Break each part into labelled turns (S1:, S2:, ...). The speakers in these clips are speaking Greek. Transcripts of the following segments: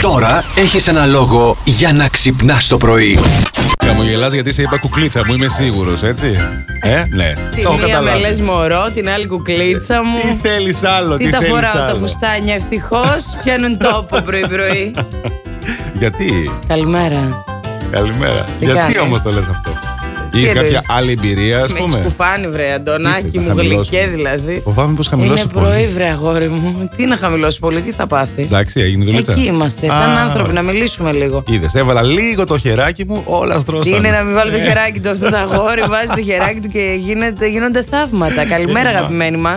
S1: Τώρα έχεις ένα λόγο για να ξυπνάς το πρωί.
S2: Χαμογελά γιατί σε είπα κουκλίτσα μου, είμαι σίγουρος, έτσι. Ε, ναι.
S3: Τη
S2: Το έχω
S3: μία με
S2: καταλάβει.
S3: λες μωρό, την άλλη κουκλίτσα μου.
S2: Τι θέλεις άλλο,
S3: Τι
S2: τι
S3: τα
S2: θέλεις
S3: φοράω τα
S2: άλλο.
S3: φουστάνια, ευτυχώς πιάνουν τόπο πρωί-πρωί.
S2: Γιατί,
S3: Καλημέρα.
S2: καλημέρα.
S3: Τι
S2: Γιατί
S3: κάνεις?
S2: όμως το λες αυτό. Έχεις κάποια
S3: εννοείς?
S2: άλλη εμπειρία, ας
S3: Με έχεις
S2: πούμε.
S3: σκουφάνει, βρε
S2: Τι
S3: Αντωνάκη
S2: θες,
S3: μου,
S2: να χαμηλώσουμε.
S3: γλυκέ δηλαδή.
S2: Φοβάμαι πω
S3: Είναι
S2: χαμηλώσει
S3: πρωί,
S2: πολύ.
S3: βρε αγόρι μου. Τι να χαμηλώσει πολύ, τι θα πάθεις.
S2: Εντάξει, έγινε δουλειά.
S3: Εκεί είμαστε, σαν άνθρωποι, να μιλήσουμε λίγο.
S2: Είδες, έβαλα λίγο το χεράκι μου, όλα στρώσαν.
S3: Τι είναι να μην βάλει το
S2: Ε,
S3: χεράκι του αυτός το αγόρι, βάζει το χεράκι του και γίνεται, γίνονται
S2: Ε,
S3: θαύματα. Καλημέρα, αγαπημένοι μας.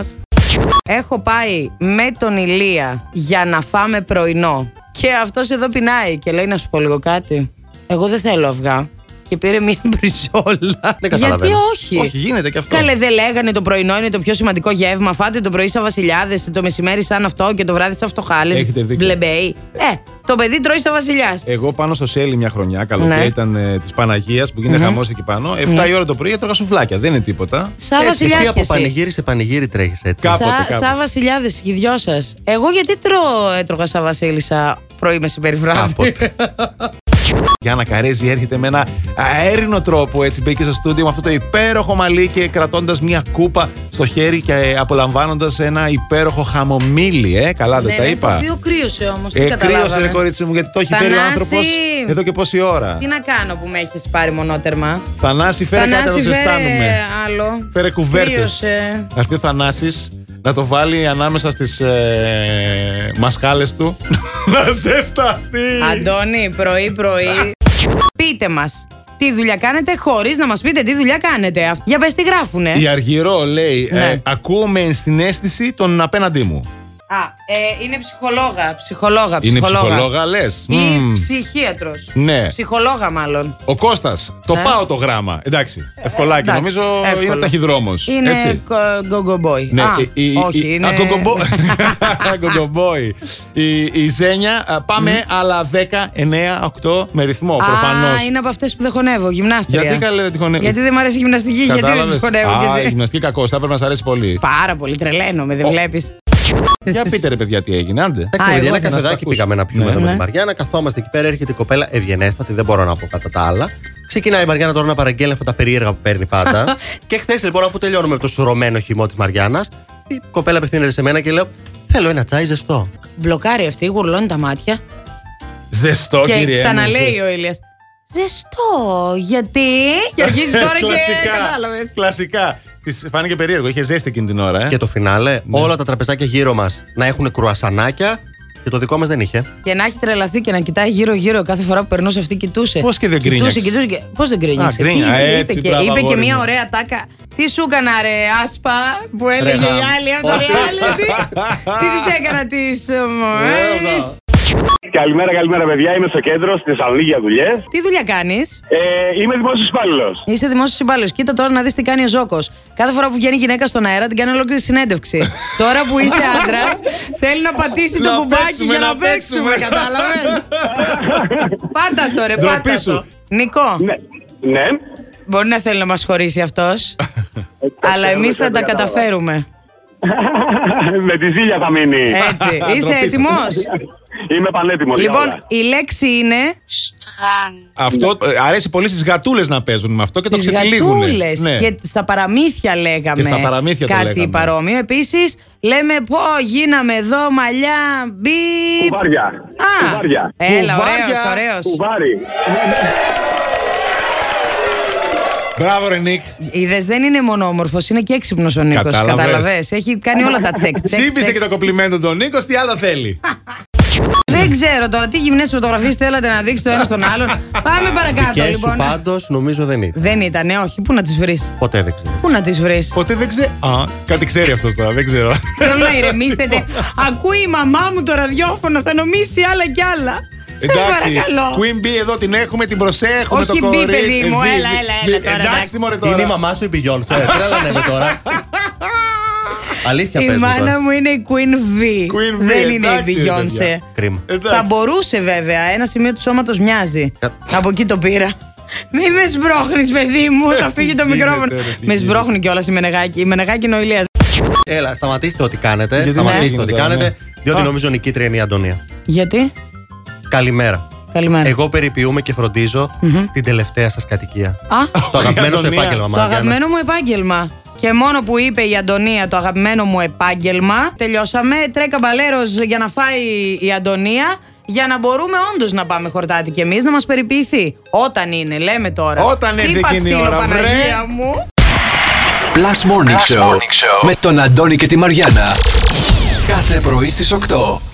S3: Έχω πάει με τον Ηλία για να φάμε πρωινό. Και αυτός εδώ πεινάει και λέει να σου πω λίγο κάτι. Εγώ δεν θέλω αυγά. Και πήρε μία μπριζόλα.
S2: Δεν
S3: Γιατί
S2: καταλαβαίνω.
S3: όχι.
S2: Όχι, γίνεται και αυτό.
S3: Καλέ, δεν λέγανε το πρωινό είναι το πιο σημαντικό γεύμα. Φάτε το πρωί σαν βασιλιάδες, το μεσημέρι σαν αυτό και το βράδυ σαν φτωχάλες.
S2: Έχετε δίκιο. Ε,
S3: Μπλεμπέι. Ε, το παιδί τρώει σαν βασιλιάς.
S2: Εγώ πάνω στο Σέλι μια χρονιά, καλοκαίρι
S3: Ναι.
S2: ήταν ε, της Παναγίας που γίνεται χαμός εκεί πάνω. 7 η ώρα το πρωί έτρωγα σουβλάκια. Δεν είναι τίποτα.
S3: Σαν
S4: Έτσι,
S3: βασιλιά
S4: εσύ
S3: και
S4: από
S3: εσύ.
S4: πανηγύρι σε πανηγύρι τρέχεις έτσι.
S2: Κάπου. Κάποτε,
S3: Σαν
S2: κάποτε.
S3: σα βασιλιάδες, οι δυο σας. Εγώ γιατί τρώω, έτρωγα σαν βασίλισσα πρωί μεσημέρι βράδυ.
S4: Κάποτε.
S2: Η Άννα Καρέζη έρχεται με ένα αέρινο τρόπο. Έτσι μπήκε στο στούντιο με αυτό το υπέροχο μαλλί και κρατώντας μια κούπα στο χέρι και απολαμβάνοντας ένα υπέροχο χαμομήλι. Ε, καλά δεν τα είπα.
S3: Ναι, οποίο κρύωσε όμως.
S2: Ε, κρύωσε ρε κορίτσι μου γιατί το έχει φέρει ο
S3: Θανάση!
S2: άνθρωπος εδώ και πόση ώρα.
S3: Τι να κάνω που με έχεις πάρει μονότερμα.
S2: Θανάση, φέρε κάτι να το
S3: Θανάση, φέρε
S2: ζεστάνουμε.
S3: άλλο.
S2: Φέρε κουβέρτες.
S3: Κρύωσε.
S2: Να έρθει ο Θανάσης να το βάλει ανάμεσα στις ε, μασχάλες του να ζεσταθεί.
S3: Αντώνη, πρωί-πρωί. Πείτε μας, τι δουλειά κάνετε χωρίς να μας πείτε τι δουλειά κάνετε. Αυτ- Για πες τι γράφουνε.
S2: Η Αργυρό λέει, ε,
S3: ε. Ναι.
S2: ακούω στην αίσθηση των απέναντί μου.
S3: Α, ε, είναι ψυχολόγα. Ψυχολόγα,
S2: Είναι
S3: ψυχολόγα.
S2: ψυχολόγα, λες.
S3: Ή
S2: Μμμ.
S3: ψυχίατρος.
S2: Ναι.
S3: Ψυχολόγα, μάλλον.
S2: Ο Κώστας, το
S3: Ναι. Ε,
S2: πάω το γράμμα. Εντάξει, ευκολάκι.
S3: Εντάξει,
S2: Νομίζω
S3: εύκολο.
S2: είναι ταχυδρόμος.
S3: Είναι
S2: Έτσι.
S3: γκογκομπόι.
S2: Ναι,
S3: Α,
S2: η- η-
S3: όχι,
S2: η-
S3: είναι...
S2: α, ε, κοκομπό- κοκομπόι. Η, η Ζένια, α, πάμε άλλα 10, 9, 8 με ρυθμό προφανώς.
S3: Α, είναι από αυτές που δεν χωνεύω, γυμνάστρια.
S2: Γιατί καλέ δεν τη χωνεύει.
S3: Γιατί δεν μου αρέσει η γυμναστική, γιατί δεν
S2: Κατάλαβες?
S3: τις χωνεύω κι
S2: Α, η
S3: εσύ.
S2: γυμναστική κακός, θα έπρεπε να σας αρέσει πολύ.
S3: Πάρα πολύ, τρελαίνομαι, δεν
S2: Ο-
S3: βλέπεις.
S2: Για πείτε ρε παιδιά τι έγινε, άντε.
S4: Εντάξει,
S3: Α,
S4: παιδιά,
S3: εγώ
S4: ένα
S2: θα σας
S4: καφεδάκι
S2: ακούσω.
S4: πήγαμε να πιούμε
S2: Ναι.
S4: εδώ με
S3: Ναι.
S4: τη Μαριάννα. Καθόμαστε εκεί πέρα, έρχεται η κοπέλα ευγενέστατη, δεν μπορώ να πω κατά τα άλλα. Ξεκινάει η Μαριάννα τώρα να παραγγέλει αυτά τα περίεργα που παίρνει πάντα. και χθες λοιπόν, αφού τελειώνουμε το σουρωμένο χυμό της Μαριάννας, η κοπέλα απευθύνεται σε μένα και λέω: Θέλω ένα τσάι ζεστό.
S3: Μπλοκάρει αυτή, γουρλώνει τα μάτια.
S2: Ζεστό
S3: Και
S2: κύριε. ναι.
S3: ξαναλέει ο Ηλίας Ζεστό, γιατί. Και αρχίζει τώρα και κατάλαβες.
S2: Κλασικά. Της φάνηκε περίεργο, είχε ζέστη εκείνη την ώρα. Ε.
S4: Και το φινάλε, όλα τα τραπεζάκια γύρω μας να έχουν κρουασανάκια και το δικό μας δεν είχε.
S3: Και να έχει τρελαθεί και να κοιτάει γύρω-γύρω κάθε φορά που περνούσε αυτή, κοιτούσε.
S2: Πώς και δεν
S3: Κοιτούσε,
S2: γκρίνιαξε.
S3: κοιτούσε. και- Πώς δεν γκρίνιαξε.
S2: Α,
S3: Τι
S2: γκρίνια,
S3: είπε,
S2: έτσι,
S3: είπε,
S2: μπράβο,
S3: και, είπε και
S2: αγόρι
S3: μία
S2: μου.
S3: ωραία τάκα. Τι σου έκανα ρε άσπα που έλεγε η
S4: γάμ.
S3: άλλη από το
S4: Ότι-
S3: reality. Τι της έκανα της ε, μου, ε, της.
S5: Καλημέρα, καλημέρα, παιδιά. Είμαι στο κέντρο, στη Θεσσαλονίκη για δουλειές.
S3: Τι δουλειά κάνεις
S5: Ε, είμαι δημόσιος υπάλληλος.
S3: Είσαι δημόσιος υπάλληλος. Κοίτα τώρα να δεις τι κάνει ο Ζόκο. Κάθε φορά που βγαίνει η γυναίκα στον αέρα την κάνει ολόκληρη συνέντευξη. τώρα που είσαι άντρας, θέλει να πατήσει το
S2: Να
S3: κουμπάκι
S2: παίξουμε,
S3: για να
S2: να παίξουμε.
S3: παίξουμε. Κατάλαβες. πάντα το ρε,
S2: Ντροπή
S3: πάντα
S2: σου.
S3: το. Νικό,
S5: Ναι. ναι.
S3: μπορεί να θέλει να μας χωρίσει αυτός. αλλά εμείς θα τα καταφέρουμε.
S5: Με τη ζήλια θα μείνει.
S3: Έτσι. Είσαι
S2: Ντροπή σας.
S3: έτοιμος.
S5: Είμαι πανέτοιμος.
S3: Ε. λοιπόν, η λέξη είναι.
S2: Αυτό
S5: Ναι.
S2: ε, αρέσει πολύ στις γατούλες να παίζουν με αυτό και το Ναι.
S3: Τι
S2: ξετυλίγουν.
S3: γατούλε. Και στα παραμύθια λέγαμε.
S2: Και στα παραμύθια το
S3: Κάτι
S2: λέγαμε.
S3: παρόμοιο. Επίσης, λέμε πω γίναμε εδώ μαλλιά. Μπιπ.
S5: Κουβάρια.
S3: Α, Ε.
S5: Κουβάρια.
S3: έλα,
S2: Κουβάρια.
S3: ωραίος, ωραίος.
S5: Κουβάρι.
S2: Μπράβο, ρε Νίκ.
S3: Είδες, δεν είναι μόνο όμορφο, είναι και έξυπνος ο Νίκος.
S2: Κατάλαβες.
S3: Καταλαβέ. Έχει κάνει όλα τα τσεκ. τσεκ,
S2: Τσίπησε
S3: τσεκ.
S2: και το κοπλιμέντο τον Νίκος, τι άλλο θέλει.
S3: Δεν ξέρω τώρα τι γυμνές φωτογραφίες θέλατε να δείξετε το ένα στον άλλον. Πάμε παρακάτω
S4: Και σου
S3: λοιπόν.
S4: πάντως νομίζω δεν ήταν.
S3: Δεν ήτανε, όχι. Πού να τις βρεις.
S4: Ποτέ δεν ξέρω.
S3: Πού να τις βρεις.
S2: Ποτέ δεν ξέρω. Α, κάτι ξέρει αυτός τώρα, δεν ξέρω.
S3: Θέλω να ηρεμήσετε. Ακούει η μαμά μου το ραδιόφωνο, θα νομίσει άλλα κι άλλα. Σας παρακαλώ.
S2: Queen Bee εδώ την έχουμε, την προσέχουμε
S3: Όχι
S2: το
S3: Bee,
S2: κορίτσι.
S3: παιδί μου,
S2: Ε, Bee,
S3: έλα,
S2: Bee,
S3: έλα, έλα
S2: Bee.
S3: τώρα, εντάξει.
S2: Εντάξει, μωρέ τώρα.
S4: Είναι η μαμά σου η ε, Μπιγιόνσε. Τρέλανε με τώρα. Αλήθεια
S3: Η
S4: πες μου
S3: μάνα
S4: τώρα.
S3: μου είναι η Queen V.
S2: Queen V,
S3: Δεν είναι η
S2: εντάξει, ρε,
S3: Beyoncé.
S2: παιδιά.
S4: Κρίμα.
S2: Εντάξει.
S3: Θα μπορούσε βέβαια. Ένα σημείο του σώματος μοιάζει.
S4: Ε.
S3: Από εκεί το πήρα. Μη με σπρώχνει, παιδί μου. Θα
S2: τι
S3: φύγει το
S2: γίνεται,
S3: μικρόφωνο.
S2: ρε, τι
S3: Με
S2: γίνεται.
S3: σπρώχνει κιόλας η Μενεγάκη. Η Μενεγάκη είναι ο Ηλίας.
S4: Έλα, σταματήστε ό,τι κάνετε.
S2: Γιατί
S4: σταματήστε
S2: ναι.
S4: ό,τι
S2: Ναι.
S4: κάνετε. Διότι
S2: Α.
S4: νομίζω νικήτρια είναι η Αντωνία.
S3: Γιατί?
S4: Καλημέρα.
S3: Καλημέρα.
S4: Εγώ περιποιούμαι και φροντιζω την τελευταία σας κατοικία.
S3: Α,
S4: Το αγαπημένο σου
S2: Αντωνία.
S4: επάγγελμα,
S3: το
S4: Μαριάννα.
S3: αγαπημένο μου επάγγελμα. Και μόνο που είπε η Αντωνία το αγαπημένο μου επάγγελμα, τελειώσαμε. Τρέκα μπαλέρος για να φάει η Αντωνία, για να μπορούμε όντως να πάμε χορτάτη κι εμείς να μας περιποιηθεί. Όταν είναι, λέμε τώρα.
S2: Όταν έρθει
S3: Χτύπα
S2: εκείνη η
S3: ξύλο,
S2: ώρα, βρε.
S3: Παναγία μου.
S1: Plus Morning, Show, με τον Αντώνη και τη Μαριάνα. Κάθε πρωί στις 8.